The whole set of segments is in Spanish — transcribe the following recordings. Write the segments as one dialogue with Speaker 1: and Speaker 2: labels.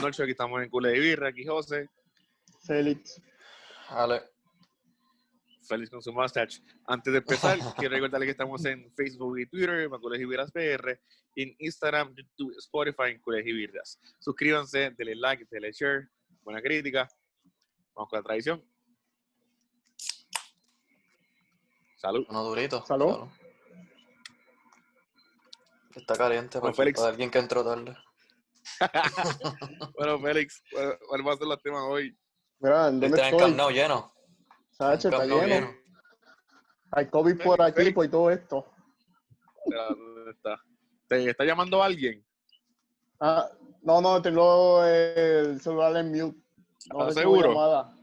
Speaker 1: Moncho, aquí estamos en Cule de Birra, aquí José.
Speaker 2: Félix.
Speaker 3: Ale.
Speaker 1: Feliz con su mustache. Antes de empezar, quiero recordarle que estamos en Facebook y Twitter, Macules y Virras PR, en Instagram, YouTube, Spotify, en Cules y Virras. Suscríbanse, denle like, denle share, buena crítica. Vamos con la tradición. Salud.
Speaker 3: Uno durito.
Speaker 2: Salud.
Speaker 3: Está caliente
Speaker 1: Con
Speaker 3: para,
Speaker 1: Félix.
Speaker 3: para alguien que entró tarde.
Speaker 1: Bueno, Félix, ¿cuál cuál va a ser los temas hoy?
Speaker 2: Mira, ¿dónde
Speaker 3: Está en
Speaker 2: estoy?
Speaker 3: Camp Nou lleno.
Speaker 2: Sache,
Speaker 3: en
Speaker 2: está
Speaker 3: Camp Nou
Speaker 2: lleno. Hay COVID por
Speaker 1: Félix,
Speaker 2: aquí, por todo esto.
Speaker 1: Espera, ¿Dónde está? ¿Te está llamando alguien?
Speaker 2: Ah, no, no, tengo eh, el celular en mute. No
Speaker 1: ¿Estás
Speaker 2: recibo
Speaker 1: seguro?
Speaker 2: llamada.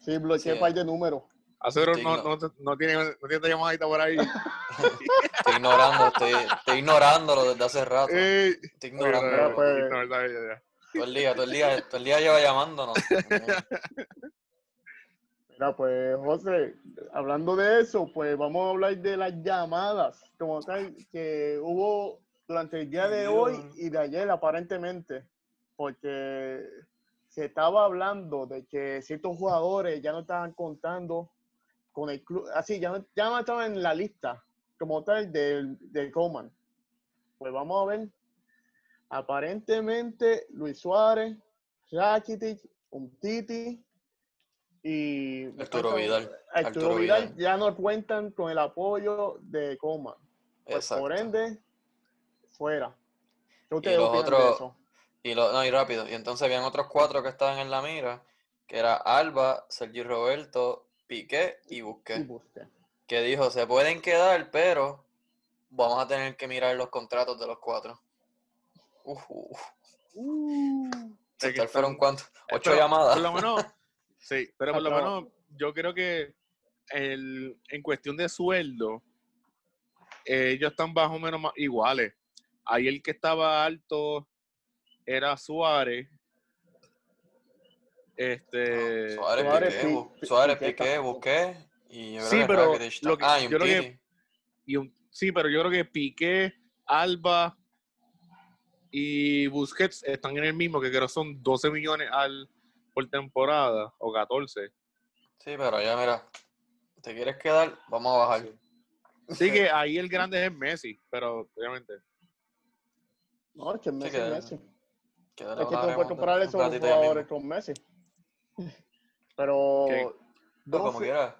Speaker 2: Sí, bloqueé
Speaker 3: Sí.
Speaker 2: par de números.
Speaker 1: Acero
Speaker 3: Sí,
Speaker 1: no,
Speaker 3: no.
Speaker 1: no, no tiene, no tiene esta llamadita por ahí.
Speaker 3: Estoy ignorando, estoy, estoy ignorándolo desde hace rato.
Speaker 2: Eh,
Speaker 1: Ey.
Speaker 3: Estoy
Speaker 2: Mira,
Speaker 3: ignorándolo.
Speaker 2: pues.
Speaker 1: No, verdad, ya, ya.
Speaker 3: Todo el día, todo el día, todo el día lleva llamándonos.
Speaker 2: Mira, pues, José, hablando de eso, pues vamos a hablar de las llamadas, como tal, que hubo durante el día de hoy y de ayer, aparentemente, porque se estaba hablando de que ciertos jugadores ya no estaban contando con el club, así, ya no, ya no estaban en la lista, como tal, del, del Coman. Pues vamos a ver. Aparentemente, Luis Suárez, Rakitic, Umtiti y... me
Speaker 3: Arturo
Speaker 2: falta-
Speaker 3: Vidal,
Speaker 2: Arturo,
Speaker 3: Arturo
Speaker 2: Vidal,
Speaker 3: Vidal.
Speaker 2: ya no cuentan con el apoyo de Coman. Pues,
Speaker 3: Exacto.
Speaker 2: por ende, fuera. ¿Qué ustedes
Speaker 3: Y los
Speaker 2: opinan de
Speaker 3: otros-
Speaker 2: eso?
Speaker 3: Y lo, no, y rápido. Y entonces habían otros cuatro que estaban en la mira, que era Alba, Sergi Roberto, Piqué y
Speaker 2: Y
Speaker 3: Busquets.
Speaker 2: busquen.
Speaker 3: Que dijo, se pueden quedar, pero vamos a tener que mirar los contratos de los cuatro. Uf, uf.
Speaker 2: Uh,
Speaker 1: que
Speaker 3: Total, fueron
Speaker 1: están-
Speaker 3: cuántos? Ocho
Speaker 1: Pero,
Speaker 3: llamadas.
Speaker 1: Por lo menos, sí, pero por lo
Speaker 2: Acabó.
Speaker 1: menos yo creo que el, en cuestión de sueldo, eh, ellos están más o menos ma- iguales. Ahí el que estaba alto era Suárez. Este.
Speaker 3: Ah, Suárez,
Speaker 2: Suárez,
Speaker 3: Piqué,
Speaker 2: Pi-
Speaker 3: Bu-
Speaker 2: Pi-
Speaker 3: Suárez,
Speaker 2: Piqué
Speaker 3: Piqué,
Speaker 2: tampoco.
Speaker 3: Busquets y yo creo
Speaker 1: Sí,
Speaker 3: que
Speaker 1: pero
Speaker 3: Rakitic
Speaker 1: lo
Speaker 3: tam-
Speaker 1: que-
Speaker 3: ah, y
Speaker 1: yo creo que-
Speaker 3: Umtiti.
Speaker 1: y un- sí, pero yo creo que Piqué, Alba y Busquets están en el mismo, que creo son 12 millones al, por temporada o 14.
Speaker 3: Sí, pero ya mira, te quieres quedar, vamos a bajar.
Speaker 1: Así que ahí el grande es Messi, pero obviamente.
Speaker 2: No, es que Messi,
Speaker 3: que-
Speaker 2: Messi.
Speaker 3: Quédale,
Speaker 2: Es que tú
Speaker 3: hablaremos
Speaker 2: puedes
Speaker 3: de-
Speaker 2: comparar
Speaker 3: un
Speaker 2: esos
Speaker 3: ratito ya mismo.
Speaker 2: jugadores con Messi. Pero
Speaker 1: Que-
Speaker 3: Pero como
Speaker 2: 12,
Speaker 3: quieras.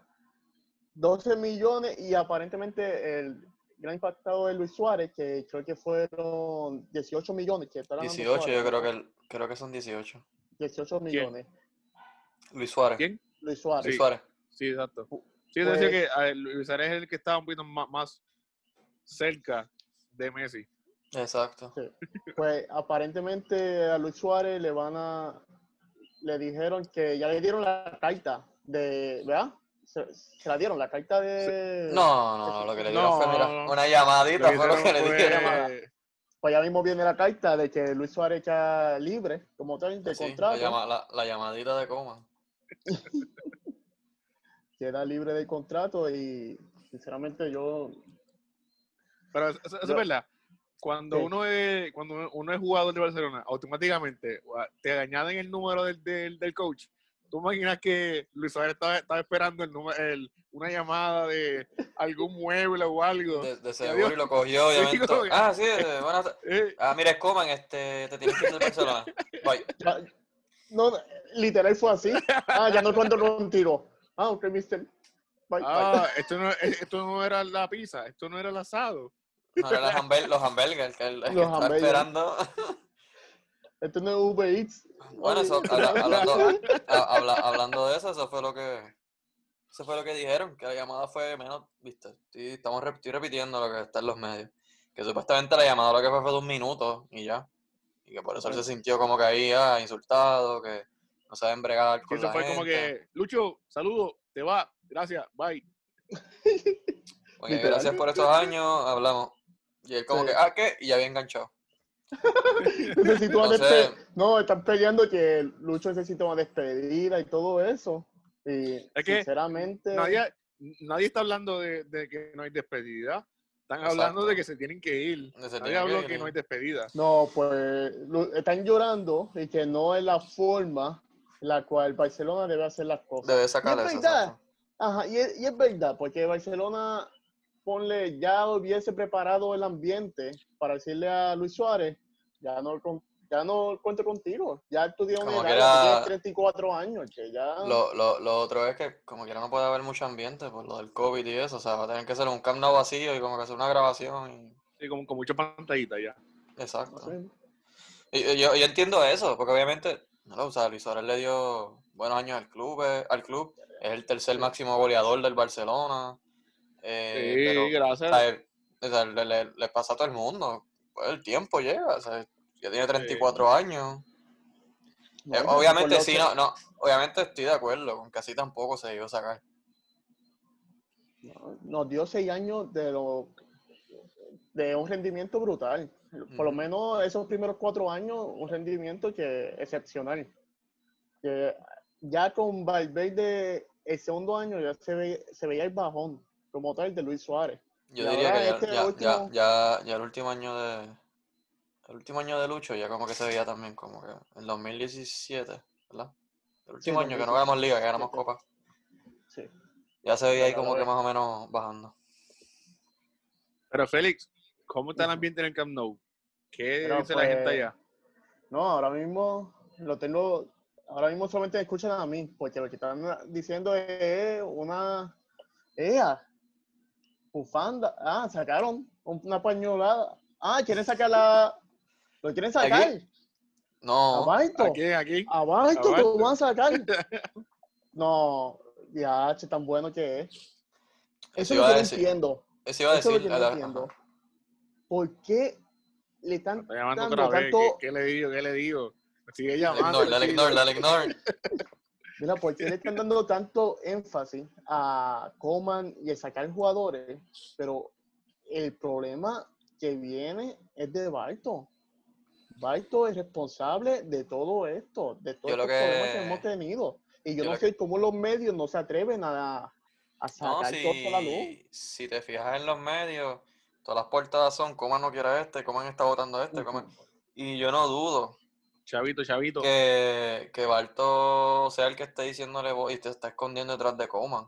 Speaker 2: 12 millones y aparentemente el gran impactado de Luis Suárez, que creo que fueron 18 millones. Que está ganando
Speaker 3: 18,
Speaker 2: Suárez,
Speaker 3: yo creo
Speaker 2: ¿no?
Speaker 3: que, el- creo que son 18.
Speaker 2: 18 millones.
Speaker 3: Luis Suárez.
Speaker 1: ¿Quién?
Speaker 2: Luis Suárez.
Speaker 3: Luis
Speaker 1: Sí.
Speaker 3: Suárez.
Speaker 1: Sí, exacto.
Speaker 2: Pu-
Speaker 1: Sí, yo decía
Speaker 2: pues-
Speaker 1: que a ver, Luis Suárez es el que estaba un poquito más, más cerca de Messi.
Speaker 3: Exacto.
Speaker 2: Pues aparentemente a Luis Suárez le van a. Le dijeron que ya le dieron la carta de. ¿Verdad? Se, se la dieron, la carta de.
Speaker 3: No, no, no, lo que le dieron
Speaker 1: No,
Speaker 3: fue mira,
Speaker 1: no, no.
Speaker 3: una llamadita, fue lo que
Speaker 1: hicieron
Speaker 3: le dieron.
Speaker 2: fue- Pues ya mismo viene la carta de que Luis Suárez está libre, como tal, de
Speaker 3: Sí, la,
Speaker 2: contrato.
Speaker 3: llama- la- la llamadita de Coman.
Speaker 2: queda libre del contrato y sinceramente yo
Speaker 1: Pero eso, eso es
Speaker 2: Yo-
Speaker 1: verdad. Cuando
Speaker 2: Sí.
Speaker 1: uno es cuando uno es jugador de Barcelona, automáticamente ua, te añaden el número del, del, del coach. ¿Tú imaginas que Luis Suárez estaba, estaba esperando el número, el, una llamada de algún mueble o algo?
Speaker 3: De, de
Speaker 1: digo-
Speaker 3: seguro y lo cogió,
Speaker 1: Sí,
Speaker 3: obviamente.
Speaker 1: como que-
Speaker 3: Ah, sí, eh, buenas tardes.
Speaker 1: Eh,
Speaker 3: Ah, mira, es Coman, este, te tienes que ir del Barcelona. Bye.
Speaker 2: ya- no literal fue así ah ya no cuento con un tiro ah ok mister Bye,
Speaker 1: ah, esto no, esto no era la pizza, esto no era el asado.
Speaker 3: No, era las hamburg- los hamburgers, que el, el que
Speaker 2: Los
Speaker 3: estaba
Speaker 2: hamburgers.
Speaker 3: esperando.
Speaker 2: bye. esto no es Uber Eats
Speaker 3: Bueno, eso, habla- hablando, ha- habla- hablando de eso, eso fue lo que eso fue lo que dijeron, que la llamada fue menos, viste, estoy, estamos rep- estoy repitiendo lo que está en los medios, que supuestamente la llamada lo que fue fue de un minuto y ya, y que por eso él se sintió como que ahí, ah, insultado, que no saben bregar
Speaker 1: Que
Speaker 3: con
Speaker 1: eso
Speaker 3: la
Speaker 1: fue como
Speaker 3: gente,
Speaker 1: que, Lucho, saludos, te va, gracias, bye.
Speaker 3: como que
Speaker 2: literal.
Speaker 3: gracias por estos años, hablamos, y él como
Speaker 2: Sí.
Speaker 3: que, ah, ¿qué? Y ya había enganchado.
Speaker 2: necesito una
Speaker 3: Entonces-
Speaker 2: despe- no están peleando que Lucho necesita una despedida y todo eso y
Speaker 1: que
Speaker 2: sinceramente
Speaker 1: Nadie, nadie está hablando de, de que no hay despedida. Están hablando
Speaker 3: Exacto.
Speaker 1: de que se tienen que ir.
Speaker 3: De se
Speaker 1: Nadie
Speaker 3: tienen
Speaker 1: habló
Speaker 3: que
Speaker 1: que,
Speaker 3: ir.
Speaker 1: no hay despedida.
Speaker 2: No, pues lo- están llorando y que no es la forma en la cual Barcelona debe hacer las cosas.
Speaker 3: Debe sacar
Speaker 2: Y es
Speaker 3: eso.
Speaker 2: verdad.
Speaker 3: exacto.
Speaker 2: Ajá, y es, y es verdad, porque Barcelona, ponle, ya hubiese preparado el ambiente para decirle a Luis Suárez, ya no, con- ya no cuento contigo, ya tú tienes una
Speaker 3: Como
Speaker 2: edad,
Speaker 3: que
Speaker 2: ya tú
Speaker 3: era-
Speaker 2: tienes 34 años, que ya...
Speaker 3: Lo, lo, lo otro es que como quiera no puede haber mucho ambiente por lo del COVID y eso, o sea, va a tener que ser un camp nou vacío y como que hacer una grabación y...
Speaker 1: Sí, con, con mucha pantallita ya.
Speaker 2: no
Speaker 3: Exacto.
Speaker 2: sé.
Speaker 3: Y- y Yo, yo entiendo eso, porque obviamente, no, o sea, Luis Suárez le dio buenos años al club, eh, al club, es el tercer máximo goleador del Barcelona, eh,
Speaker 1: Sí,
Speaker 3: pero o
Speaker 1: gracias.
Speaker 3: sea, eh, o sea, le, le- le pasa a todo el mundo, pues, el tiempo llega, o sea, ya tiene 34 años,
Speaker 2: No,
Speaker 3: Eh,
Speaker 2: yo
Speaker 3: obviamente
Speaker 2: recuerdo
Speaker 3: sí,
Speaker 2: que-
Speaker 3: no, no, obviamente estoy de acuerdo con que así tampoco se debió sacar.
Speaker 2: No, Nos dio seis años de, lo, de un rendimiento brutal. Por lo
Speaker 3: Ujú.
Speaker 2: menos esos primeros cuatro años, un rendimiento que excepcional. Que ya con Valverde, el segundo año ya se, ve- se veía el bajón, como tal, de Luis Suárez.
Speaker 3: Yo
Speaker 2: Y
Speaker 3: diría
Speaker 2: ahora
Speaker 3: que ya,
Speaker 2: este
Speaker 3: ya, ya-
Speaker 2: último-
Speaker 3: ya- ya el último año de el último año de Lucho ya como que se veía también como que el 2017, ¿verdad? El último año que
Speaker 2: 2017.
Speaker 3: no ganamos liga, que ganamos
Speaker 2: Siete.
Speaker 3: copa.
Speaker 2: Sí.
Speaker 3: Ya se veía ahí
Speaker 2: Cada
Speaker 3: como que
Speaker 2: vez.
Speaker 3: más o menos bajando.
Speaker 1: Pero Félix, ¿cómo está el
Speaker 2: Ujú.
Speaker 1: ambiente en el Camp Nou? ¿Qué
Speaker 2: Pero,
Speaker 1: dice la
Speaker 2: pues,
Speaker 1: gente allá?
Speaker 2: No, ahora mismo lo tengo, ahora mismo solamente me escuchan a mí, porque lo que están diciendo es una, ea, bufanda, ah, sacaron una pañolada, ah, quieren sacar la, lo quieren sacar, a
Speaker 3: No,
Speaker 2: Baito,
Speaker 1: Aquí, aquí.
Speaker 2: a Baito
Speaker 1: Abaito.
Speaker 2: lo van a sacar. No, ya, che, tan bueno que es. Eso
Speaker 3: Eso
Speaker 2: es
Speaker 3: iba
Speaker 2: lo
Speaker 3: a
Speaker 2: que no
Speaker 3: decir,
Speaker 2: entiendo,
Speaker 3: eso iba
Speaker 2: eso
Speaker 3: a
Speaker 2: es lo
Speaker 3: decir.
Speaker 2: que no
Speaker 3: a la-
Speaker 2: entiendo.
Speaker 3: ajá.
Speaker 2: ¿Por qué le están
Speaker 1: Está llamando
Speaker 2: dando
Speaker 1: otra vez. ¿Qué-
Speaker 2: tanto-
Speaker 1: ¿Qué, le digo? ¿Qué le digo? Me sigue
Speaker 3: Dale
Speaker 1: llamando.
Speaker 3: ignore, Eh, dale
Speaker 1: sí,
Speaker 3: ignore, dale ignore.
Speaker 2: Mira, ¿por qué le están dando tanto énfasis a Coman y a sacar jugadores? Pero el problema que viene es de Barto. Barto es responsable de todo esto, de todos
Speaker 3: Yo
Speaker 2: los
Speaker 3: lo
Speaker 2: problemas
Speaker 3: que-
Speaker 2: que hemos tenido. Y yo,
Speaker 3: yo
Speaker 2: no
Speaker 3: lo
Speaker 2: sé cómo los medios no se atreven a, a
Speaker 3: No,
Speaker 2: sacar todo a la luz.
Speaker 3: si, si te fijas en los medios, todas las portadas son coman no quiera este, coman está votando este, coman. Y yo no dudo
Speaker 1: Chavito, chavito.
Speaker 3: que, que Barto sea el que esté diciéndole "Voy", y te está escondiendo detrás de Coman.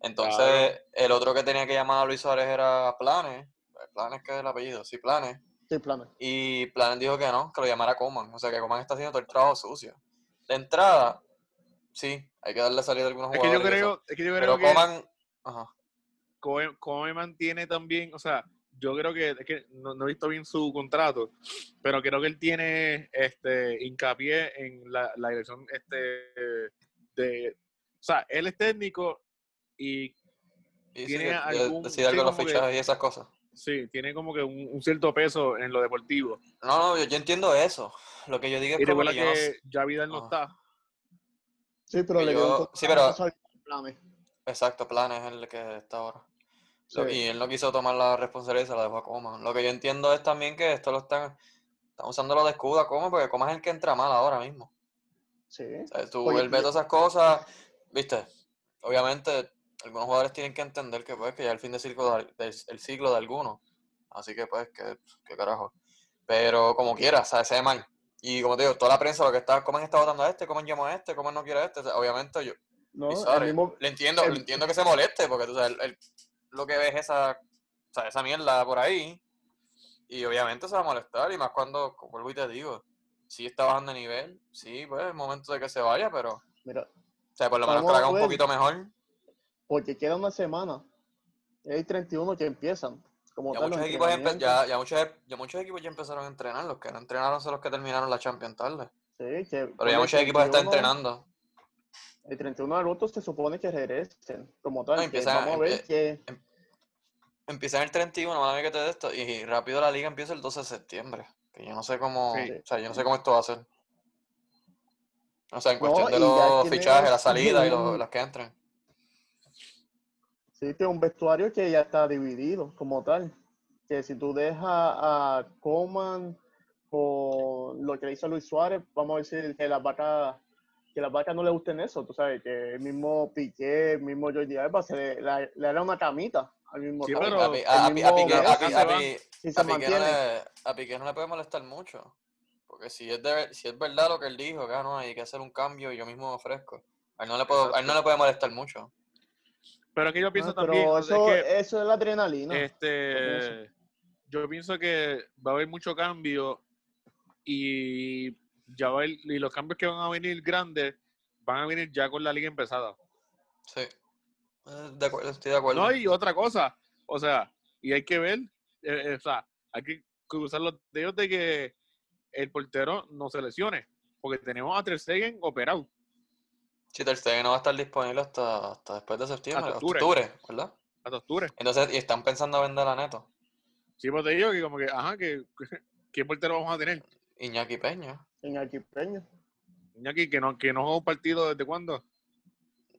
Speaker 3: Entonces,
Speaker 1: Claro.
Speaker 3: el otro que tenía que llamar a Luis Suárez era Planes. Planes que es el apellido, sí, Planes.
Speaker 2: Sí, planes.
Speaker 3: Y Planes dijo que no, que lo llamara Coman. O sea que Coman está haciendo todo el trabajo sucio. De entrada, sí, hay que darle salida a algunos
Speaker 1: Es que yo
Speaker 3: jugadores. y eso,
Speaker 1: creo, es que yo creo
Speaker 3: Pero
Speaker 1: que
Speaker 3: Coman, ajá,
Speaker 1: Come- Coleman tiene también, o sea, yo creo que, es que no, no he visto bien su contrato, pero creo que él tiene este hincapié en la, la dirección este de, o sea, él es técnico y
Speaker 3: y sí,
Speaker 1: tiene
Speaker 3: de- de-
Speaker 1: algún-
Speaker 3: decide algo
Speaker 1: sí,
Speaker 3: de los
Speaker 1: como que-
Speaker 3: fichajes y esas cosas.
Speaker 1: sí, tiene como que un, un cierto peso en lo deportivo.
Speaker 3: No, no, yo, yo entiendo eso. Lo que yo digo es
Speaker 1: Y
Speaker 3: como
Speaker 1: recuerda
Speaker 3: que yo no sé- Ah.
Speaker 1: que ya Vidal no
Speaker 3: Ajá.
Speaker 1: está.
Speaker 2: Sí, pero
Speaker 3: Que
Speaker 2: le
Speaker 3: yo-
Speaker 2: dio un
Speaker 3: sí, pero-
Speaker 2: contrato a planes.
Speaker 3: Exacto, Planes es el que está ahora. Lo-
Speaker 2: Sí.
Speaker 3: Y él no quiso tomar la responsabilidad y se la dejó a Coman. Lo que yo entiendo es también que esto lo están, están usándolo de escudo a Coman porque Coman es el que entra mal ahora mismo.
Speaker 2: Sí.
Speaker 3: O sea, tú,
Speaker 2: Oye,
Speaker 3: él ve
Speaker 2: y-
Speaker 3: todas esas cosas, viste, obviamente algunos jugadores tienen que entender que pues que ya es el fin del ciclo de, al- del- el ciclo de algunos. Así que pues, que, que carajo. Pero como quiera, o sea, se ve mal. Y como te digo, toda la prensa lo que está, Coman está votando a este, Coman llama a este, Coman no quiere a este. O sea, obviamente yo,
Speaker 2: no,
Speaker 3: y
Speaker 2: el
Speaker 3: sorry,
Speaker 2: mismo-
Speaker 3: le entiendo,
Speaker 2: el-
Speaker 3: le entiendo que se moleste, porque tú sabes, él- él lo que ve es esa, o sea, esa mierda por ahí, y obviamente se va a molestar, y más cuando, como vuelvo y te digo, sí está bajando de nivel, sí, pues es momento de que se vaya, pero, o
Speaker 2: mira,
Speaker 3: sea, por lo menos que
Speaker 2: Vamos
Speaker 3: lo
Speaker 2: a
Speaker 3: haga un
Speaker 2: ver.
Speaker 3: poquito mejor.
Speaker 2: porque queda una semana. Hay 31 que empiezan. Como
Speaker 3: Ya
Speaker 2: tal,
Speaker 3: muchos,
Speaker 2: los
Speaker 3: equipos empe-
Speaker 2: entrenamientos.
Speaker 3: ya, ya muchos, ya muchos equipos ya empezaron a entrenar, los que no entrenaron son los que terminaron la Champions tarde,
Speaker 2: Sí, que
Speaker 3: pero ya
Speaker 2: pone
Speaker 3: muchos equipos están
Speaker 2: 31,
Speaker 3: entrenando.
Speaker 2: El 31 de agosto se supone que regresen, como tal.
Speaker 3: No,
Speaker 2: que
Speaker 3: empieza-
Speaker 2: vamos a ver
Speaker 3: empie-
Speaker 2: que
Speaker 3: Empiezan el 31, van a ver que te de esto, y rápido la liga empieza el 12 de septiembre. Que yo no sé cómo,
Speaker 1: Sí.
Speaker 3: o sea, yo no sé cómo esto va a ser. O sea, en
Speaker 2: No,
Speaker 3: cuestión de
Speaker 2: y ya
Speaker 3: los
Speaker 2: tiene
Speaker 3: fichajes, las salidas y los,
Speaker 2: un-
Speaker 3: las que entran.
Speaker 2: sí, tiene un vestuario que ya está dividido, como tal. Que si tú dejas a Coman con lo que hizo Luis Suárez, vamos a decir que las vacas que las vacas no le gusten eso, tú sabes, que el mismo Piqué, el mismo Jordi Alba, se le, la- le hará una camita al mismo
Speaker 1: Sí,
Speaker 2: tiempo.
Speaker 1: pero-
Speaker 3: A Pi- a- a Pi- a
Speaker 2: mismo
Speaker 3: Piqué- a
Speaker 1: brazo
Speaker 3: Pi-
Speaker 1: se
Speaker 3: a
Speaker 1: van,
Speaker 3: Pi-
Speaker 2: si se
Speaker 3: a Piqué no
Speaker 2: mantiene.
Speaker 3: le- a Piqué no le puede molestar mucho. Porque si es, de ver- si es verdad lo que él dijo, que ah, no, hay que hacer un cambio y yo mismo me ofrezco. A él no le, puedo, a él no le puede molestar mucho.
Speaker 1: Pero aquí yo pienso
Speaker 2: No,
Speaker 1: también
Speaker 2: Ah, pero
Speaker 1: es
Speaker 2: eso,
Speaker 1: que-
Speaker 2: eso es la adrenalina.
Speaker 1: Este,
Speaker 2: pienso.
Speaker 1: yo pienso que va a haber mucho cambio y ya va a haber- y los cambios que van a venir grandes van a venir ya con la liga empezada.
Speaker 3: Sí. Eh, De acuerdo, estoy de acuerdo.
Speaker 1: No, y otra cosa, o sea, y hay que ver, eh, eh, o sea, hay que cruzar los dedos de que el portero no se lesione, porque tenemos a Ter Stegen operado.
Speaker 3: Sí, Ter Stegen no va a estar disponible hasta, hasta después de septiembre,
Speaker 1: Hasta
Speaker 3: hasta
Speaker 1: octubre.
Speaker 3: octubre, ¿verdad?
Speaker 1: hasta octubre.
Speaker 3: Entonces, y están pensando vender a Neto.
Speaker 1: Sí, pues te digo que como que, ajá, que qué portero vamos a tener.
Speaker 3: Iñaki Peña.
Speaker 2: En Arquipeño.
Speaker 1: Iñaki, que no, que no juega un partido desde cuándo.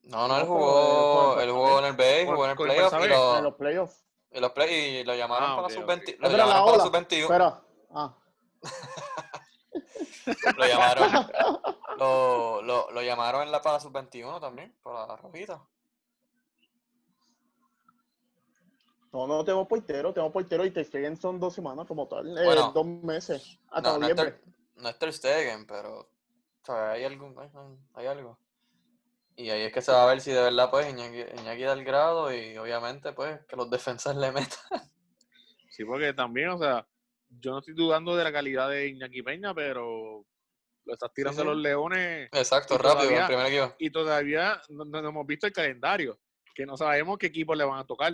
Speaker 3: No, no,
Speaker 2: No,
Speaker 3: él
Speaker 2: pero
Speaker 3: jugó,
Speaker 2: con-
Speaker 3: él jugó en el Bay, jugó en el
Speaker 1: con- con
Speaker 3: playoff y
Speaker 1: Barça B.
Speaker 3: lo,
Speaker 2: En los playoffs.
Speaker 3: y los play- y lo llamaron
Speaker 1: Ah,
Speaker 3: para
Speaker 1: ok,
Speaker 3: la
Speaker 1: ok.
Speaker 3: sub-20 lo
Speaker 2: Espera, la
Speaker 3: llamaron para
Speaker 2: ola.
Speaker 3: la sub-21.
Speaker 2: Espera. Ah.
Speaker 3: Lo llamaron, lo, lo, lo llamaron en la para la sub-21 también, para la rojita.
Speaker 2: No, no tengo portero, tengo portero y te siguen son dos semanas como tal. eh,
Speaker 3: Bueno.
Speaker 2: dos meses. Hasta
Speaker 3: No, no es,
Speaker 2: noviembre.
Speaker 3: Ter, no es Ter Stegen, pero o sea, hay, algún, hay, hay algo. Y ahí es que se va a ver si de verdad pues Iñaki, Iñaki da el grado y obviamente pues que los defensas le metan.
Speaker 1: Sí, porque también, o sea, yo no estoy dudando de la calidad de Iñaki Peña, pero lo estás tirando
Speaker 3: sí.
Speaker 1: a los leones
Speaker 3: Exacto,
Speaker 1: Y
Speaker 3: rápido,
Speaker 1: todavía-
Speaker 3: el primer equipo.
Speaker 1: y todavía no, no- no hemos visto el calendario, que no sabemos qué equipos le van a tocar.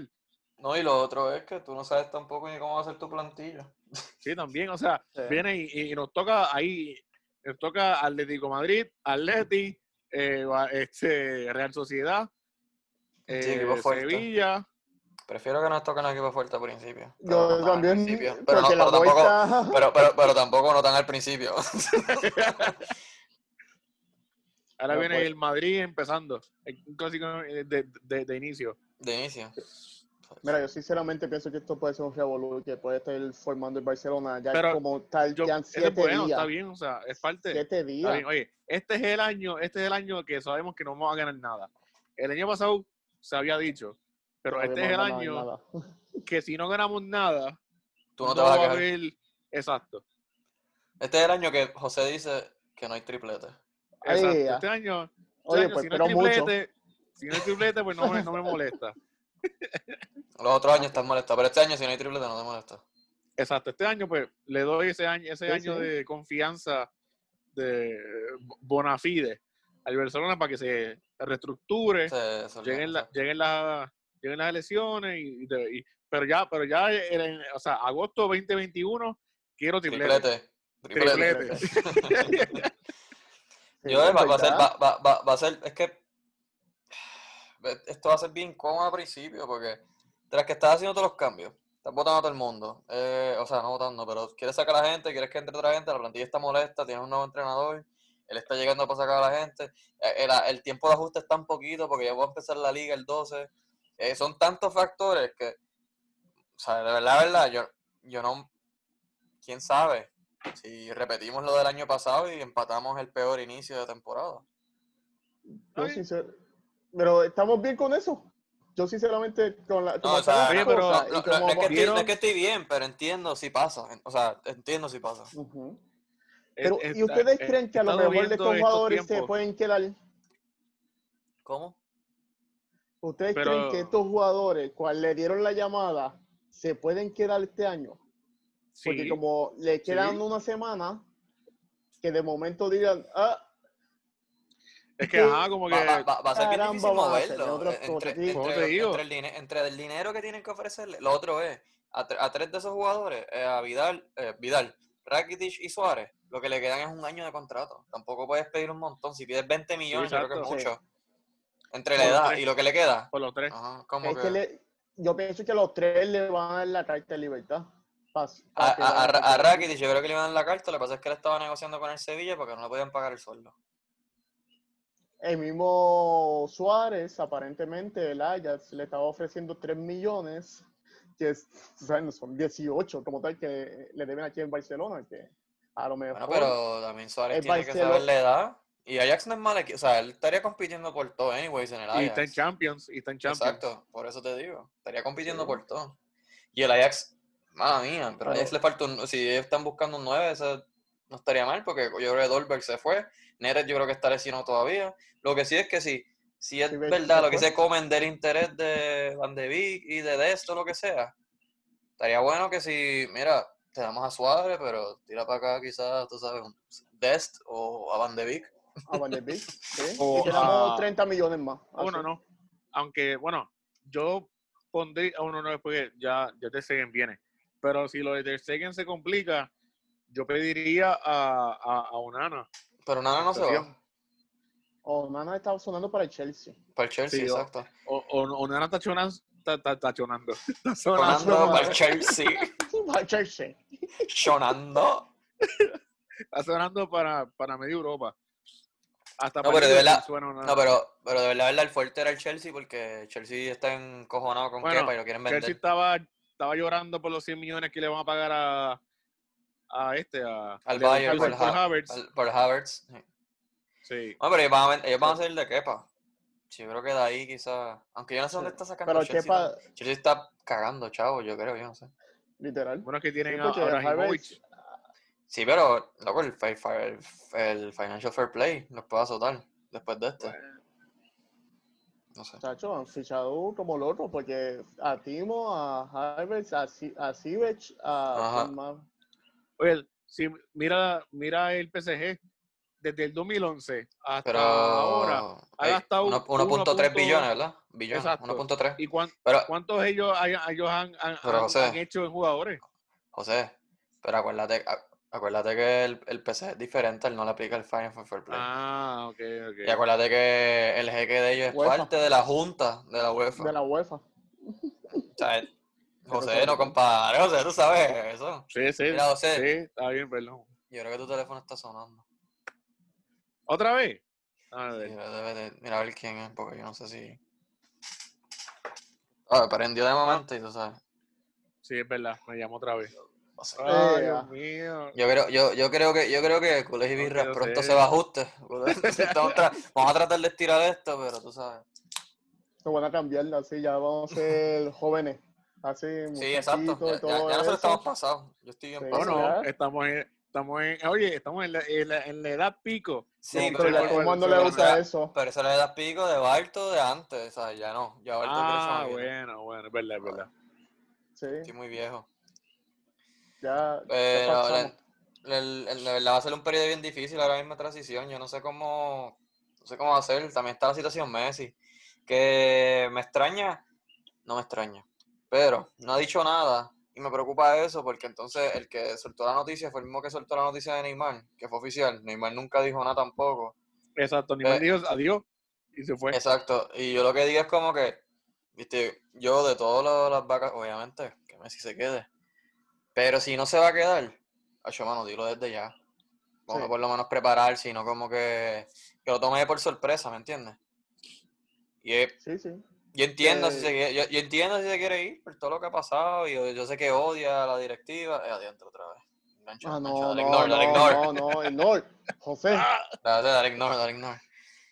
Speaker 3: No, y lo otro es que tú no sabes tampoco ni cómo va a ser tu plantilla.
Speaker 1: Sí, también, o sea,
Speaker 2: Sí.
Speaker 1: viene y, y nos toca ahí, nos toca Atlético Madrid, Atleti, eh, va- este, Real Sociedad, eh,
Speaker 3: equipo fuerte.
Speaker 1: Sevilla.
Speaker 3: Prefiero que nos toquen equipo fuerte al principio. pero no
Speaker 2: Yo
Speaker 3: tan al
Speaker 2: también.
Speaker 3: principio, Pero, no,
Speaker 2: Porque la
Speaker 3: pero tampoco,
Speaker 2: vuelta.
Speaker 3: pero, pero, pero tampoco no tan al principio.
Speaker 1: Ahora
Speaker 2: No,
Speaker 1: viene
Speaker 2: pues.
Speaker 1: el Madrid empezando, el- un clásico eh, de- de- de inicio.
Speaker 3: De inicio.
Speaker 2: Mira, yo sinceramente pienso que esto puede ser un revolú que puede estar formando el Barcelona. Ya
Speaker 1: Pero
Speaker 2: como tal,
Speaker 1: Yo,
Speaker 2: ya
Speaker 1: eso
Speaker 2: han siete
Speaker 1: es bueno,
Speaker 2: días.
Speaker 1: está bien, o sea, es parte.
Speaker 2: Siete
Speaker 1: Está
Speaker 2: días.
Speaker 1: bien, Oye, este es el año, este es el año que sabemos que no vamos a ganar nada. El año pasado se había dicho, pero
Speaker 2: Todavía
Speaker 1: este
Speaker 2: no
Speaker 1: es el
Speaker 2: han ganado
Speaker 1: año
Speaker 2: nada.
Speaker 1: que si no ganamos nada,
Speaker 3: Tú no te vas a
Speaker 1: va
Speaker 3: quejar.
Speaker 1: haber- Exacto.
Speaker 3: Este es el año que José dice que no hay triplete.
Speaker 2: Ay,
Speaker 1: exacto.
Speaker 2: ya.
Speaker 1: Este año, este
Speaker 2: Oye,
Speaker 1: año,
Speaker 2: pues
Speaker 1: si no
Speaker 2: espero
Speaker 1: es
Speaker 2: mucho.
Speaker 1: triplete, si no es triplete, pues no me, no me molesta.
Speaker 3: Los otros años estás molestado, pero este año si no hay triplete no te molesta.
Speaker 1: Exacto. Este año, pues, le doy ese año, ese
Speaker 2: Sí,
Speaker 1: año
Speaker 2: sí.
Speaker 1: de confianza de bona fide al Barcelona para que se reestructure.
Speaker 3: Se- se olvida,
Speaker 1: lleguen, la-
Speaker 3: exacto.
Speaker 1: lleguen, la- lleguen las elecciones y, y te- y- pero ya pero ya en- en- o sea agosto 2021 quiero triplete
Speaker 3: Triplete. Triplete.
Speaker 1: triplete
Speaker 2: Sí,
Speaker 3: Yo, eh, va,
Speaker 2: pues
Speaker 3: va a ser,
Speaker 2: ya.
Speaker 3: va, va, va, va a ser, es que ve- esto va a ser bien cómodo al principio, porque tras que estás haciendo todos los cambios, estás votando a todo el mundo, eh, o sea, no votando, pero quieres sacar a la gente, quieres que entre otra gente, la plantilla está molesta, tienes un nuevo entrenador, él está llegando para sacar a la gente, eh, el, el tiempo de ajuste es tan poquito, porque ya va a empezar la liga el 12, eh, son tantos factores que, o sea, de verdad, de verdad, yo, yo no, quién sabe, si repetimos lo del año pasado y empatamos el peor inicio de temporada.
Speaker 2: Yo
Speaker 1: Oye.
Speaker 2: sincer- Pero estamos bien con eso. Yo sinceramente con la... como
Speaker 3: o
Speaker 2: están
Speaker 3: sea,
Speaker 2: las
Speaker 1: oye, pero-
Speaker 2: cosas y
Speaker 3: No, no, no,
Speaker 2: como
Speaker 3: es que estoy, no
Speaker 1: vieron-
Speaker 3: es que estoy bien, pero entiendo si pasa. en- O sea, entiendo si pasa.
Speaker 2: Ujú.
Speaker 1: Eh,
Speaker 2: Pero,
Speaker 1: eh,
Speaker 2: ¿y ustedes
Speaker 1: eh,
Speaker 2: creen que a
Speaker 1: he
Speaker 2: lo
Speaker 1: estado
Speaker 2: mejor de
Speaker 1: viendo
Speaker 2: estos
Speaker 1: estos
Speaker 2: jugadores se
Speaker 1: tiempos,
Speaker 2: pueden quedar?
Speaker 3: ¿Cómo?
Speaker 2: ¿Ustedes creen
Speaker 1: Pero-
Speaker 2: que estos jugadores, cual le dieron la llamada, se pueden quedar este año? Porque
Speaker 1: sí,
Speaker 2: como le quedan una semana, que de momento digan, ah,
Speaker 1: es que ajá como que
Speaker 3: Va, va- va- va a ser bien
Speaker 2: Caramba,
Speaker 3: difícil
Speaker 2: vamos a hacer
Speaker 3: moverlo.
Speaker 2: otras
Speaker 3: eh, Entre,
Speaker 2: cosas, sí.
Speaker 1: ¿Cómo te
Speaker 3: entre-
Speaker 1: digo?
Speaker 3: entre el dine- entre el dinero que tienen que ofrecerle. Lo otro es, a, tre- a tres de esos jugadores, eh, a Vidal, eh, Vidal, Rakitic y Suárez, lo que le quedan es un año de contrato. Tampoco puedes pedir un montón. Si pides 20 millones, yo creo que es
Speaker 1: exacto,
Speaker 2: sí.
Speaker 3: mucho. Entre la
Speaker 1: Por los
Speaker 3: edad
Speaker 1: tres.
Speaker 3: y lo que le queda.
Speaker 1: por los tres
Speaker 3: Ajá, como
Speaker 2: es
Speaker 3: que...
Speaker 2: que le- yo pienso que los tres le van a dar la carta de libertad. pa-
Speaker 3: A,
Speaker 2: pa que
Speaker 3: Ah, a, a,
Speaker 2: vayan
Speaker 3: Ra- a
Speaker 2: por ahí.
Speaker 3: Rakitic, yo creo que le iban a dar la carta, lo que pasa es que él estaba negociando con el Sevilla porque no le podían pagar el sueldo.
Speaker 2: El mismo Suárez, aparentemente, el Ajax le estaba ofreciendo 3 millones, que es, o sea, no son 18 como tal que le deben aquí en Barcelona, que a lo mejor...
Speaker 3: Bueno, pero también Suárez
Speaker 2: el
Speaker 3: tiene que
Speaker 2: Barcelo-
Speaker 3: saber la edad. Y Ajax no es mal equipo. O sea, él estaría compitiendo por todo, anyways, en el Ajax.
Speaker 1: Y está en Champions, y está en Champions.
Speaker 3: Ah, Exacto, por eso te digo. Estaría compitiendo
Speaker 1: Sí.
Speaker 3: por todo. Y el Ajax, mala mía, pero a Ajax
Speaker 2: Pero-
Speaker 3: le falta un. Si ellos están buscando un 9, eso no estaría mal, porque yo creo que Dolberg se fue. Neres yo creo que está lesionado todavía. Lo que sí es que si, si es
Speaker 2: Sí, Beck
Speaker 3: verdad
Speaker 2: se
Speaker 3: lo que
Speaker 2: fue.
Speaker 3: se comen del interés de Van de Beek y de Desto, lo que sea, estaría bueno que si, mira, te damos a Suárez, pero tira para acá quizás, tú sabes, un Dest o a Van de Beek.
Speaker 2: A Van de Beek, sí.
Speaker 1: O
Speaker 2: y tenemos
Speaker 1: a-
Speaker 2: 30 millones más. así.
Speaker 1: Uno no. Aunque, bueno, yo pondré a uno no porque ya, ya Ter Stegen viene. Pero si lo de Ter Stegen se complica, yo pediría a, a, a Onana.
Speaker 3: Pero nada, no se va.
Speaker 1: Situación.
Speaker 2: O Nana está sonando para el Chelsea.
Speaker 3: Para el Chelsea,
Speaker 1: Sí, o-
Speaker 3: exacto.
Speaker 1: O, o- Onana está chonando. Está, está, está chonando. Está sonando.
Speaker 3: Sonando para el Chelsea.
Speaker 2: Para el Chelsea.
Speaker 3: Sonando.
Speaker 1: Está sonando para, para medio Europa. Hasta
Speaker 3: No,
Speaker 1: para
Speaker 3: pero de
Speaker 1: Liverpool
Speaker 3: verdad-
Speaker 1: suena Onana.
Speaker 3: No, pero, pero de verdad, verdad, el fuerte era el Chelsea porque Chelsea está encojonado con
Speaker 1: Bueno,
Speaker 3: Kepa y lo quieren vender.
Speaker 1: Chelsea estaba, estaba llorando por los 100 millones que le van a pagar a, a este, a
Speaker 3: Al
Speaker 1: Leon
Speaker 3: Bayern,
Speaker 1: Calvert
Speaker 3: al
Speaker 1: por
Speaker 3: Ha-
Speaker 1: Havertz.
Speaker 3: Al- Por Havertz. sí.
Speaker 1: Sí.
Speaker 3: No, pero ellos van a, ven- ellos van a salir de Kepa. Sí, yo creo que de ahí quizás. Aunque yo no sé dónde
Speaker 2: Sí.
Speaker 3: está sacando
Speaker 2: Pero
Speaker 3: Chelsea.
Speaker 2: Kepa,
Speaker 3: tanto. Chelsea está cagando, chavo, yo creo, yo no sé.
Speaker 2: literal.
Speaker 1: Bueno, es que tienen
Speaker 2: Sí,
Speaker 1: a
Speaker 2: porque Havertz-
Speaker 1: Ibrahimovic.
Speaker 3: Sí, pero, loco, el, fi- fi- el, el Financial Fair Play nos puede azotar después de este. No sé.
Speaker 2: Chacho, han fichado como el otro, porque a Timo, a Harvard, a, Si- a Sivech, a...
Speaker 3: Ajá.
Speaker 2: ¿quién más?
Speaker 1: Oye, si mira, mira el PSG, desde el 2011 hasta
Speaker 3: Pero.
Speaker 1: ahora. ha
Speaker 3: ey,
Speaker 1: gastado
Speaker 3: uno-
Speaker 1: 1
Speaker 3: 1.3
Speaker 1: punto-
Speaker 3: billones, ¿verdad? Billones.
Speaker 1: Exacto.
Speaker 3: 1.3.
Speaker 1: ¿Y cuán-
Speaker 3: Pero,
Speaker 1: cuántos ellos, hay- ellos han, han-
Speaker 3: Pero,
Speaker 1: han-
Speaker 3: José.
Speaker 1: han hecho en jugadores?
Speaker 3: José, pero acuérdate, a- acuérdate que el, el PC es diferente, él no le aplica el Final Fair Play.
Speaker 1: Ah, ok,
Speaker 3: Y
Speaker 1: ok.
Speaker 3: acuérdate que el jeque de ellos es
Speaker 2: UEFA.
Speaker 3: parte de la junta de la UEFA.
Speaker 2: de la UEFA.
Speaker 3: O sea, el- José,
Speaker 2: sabe
Speaker 3: no
Speaker 2: que-
Speaker 3: compare, José, tú sabes eso.
Speaker 1: Sí, sí,
Speaker 3: Mira,
Speaker 1: sí,
Speaker 3: José.
Speaker 1: está bien, perdón.
Speaker 3: Yo creo que tu teléfono está sonando.
Speaker 1: ¿Otra vez? A ver.
Speaker 3: Mira, debe de- mira a ver quién es, porque yo no sé si. Ah, prendió de momento y tú sabes.
Speaker 1: Sí, es verdad, me llamo otra vez.
Speaker 3: no sé.
Speaker 1: Ay,
Speaker 2: ya.
Speaker 1: Dios mío.
Speaker 3: Yo creo, yo, yo creo que, yo creo que Colegio
Speaker 1: No
Speaker 3: Birras
Speaker 1: quiero
Speaker 3: pronto se
Speaker 1: ser.
Speaker 3: va a ajuste. Estamos tra- Vamos a tratar de estirar esto, pero tú sabes.
Speaker 2: Lo van a cambiarla, así ya vamos a ser jóvenes. Así,
Speaker 3: Sí, exacto.
Speaker 2: muchachitos y
Speaker 3: Ya, ya- ya nosotros
Speaker 2: eso.
Speaker 3: estamos pasados. Yo estoy bien
Speaker 2: Sí.
Speaker 1: No,
Speaker 3: pasado.
Speaker 1: no,
Speaker 2: ¿verdad?
Speaker 1: estamos en, estamos en, oye, estamos en la, en la- en la edad pico.
Speaker 3: Sí,
Speaker 1: No,
Speaker 2: Pero ya
Speaker 3: pero,
Speaker 1: igual-
Speaker 2: todo el
Speaker 3: pero,
Speaker 1: igual-
Speaker 2: mundo
Speaker 1: se
Speaker 2: le
Speaker 1: van a-
Speaker 2: gusta eso.
Speaker 3: eso le das pico de Barto de antes, ¿sabes? Ya no. Ya Barto
Speaker 1: Ah,
Speaker 3: crece más
Speaker 1: bueno, bueno, es verdad, es verdad.
Speaker 2: Sí,
Speaker 3: Estoy muy viejo.
Speaker 2: ya, ya
Speaker 3: Pero
Speaker 2: pasamos.
Speaker 3: la, la- la- la verdad va a ser un periodo bien difícil ahora mismo de transición. Yo no sé cómo, no sé cómo va a ser. También está la situación Messi. Que me extraña, no me extraña. Pero no ha dicho nada. Y me preocupa eso porque entonces el que soltó la noticia fue el mismo que soltó la noticia de Neymar, que fue oficial. Neymar nunca dijo nada tampoco.
Speaker 1: Exacto, ni me
Speaker 3: Eh,
Speaker 1: dijo adiós y se
Speaker 2: pues.
Speaker 1: fue.
Speaker 3: Exacto, y yo lo que digo es como que, viste, yo de todas la- las vacas, obviamente, que Messi se quede, pero si no se va a quedar, acho, mano, dilo desde ya. Vamos a
Speaker 2: Sí.
Speaker 3: por lo menos preparar, sino como que, que lo tome por sorpresa, ¿me entiendes? Y es-
Speaker 2: Sí, sí.
Speaker 3: yo entiendo si
Speaker 2: Eh,
Speaker 3: se quiere, yo, yo entiendo si se quiere ir por todo lo que ha pasado, y yo, yo sé que odia a la directiva, eh, adiante otra vez. Engancha,
Speaker 2: Ah,
Speaker 3: engancha,
Speaker 2: no,
Speaker 3: dale
Speaker 2: no,
Speaker 3: ignore, dale ignore.
Speaker 2: no, no, no, ignore. José, Ah,
Speaker 3: Dale, dale ignore, dale ignore.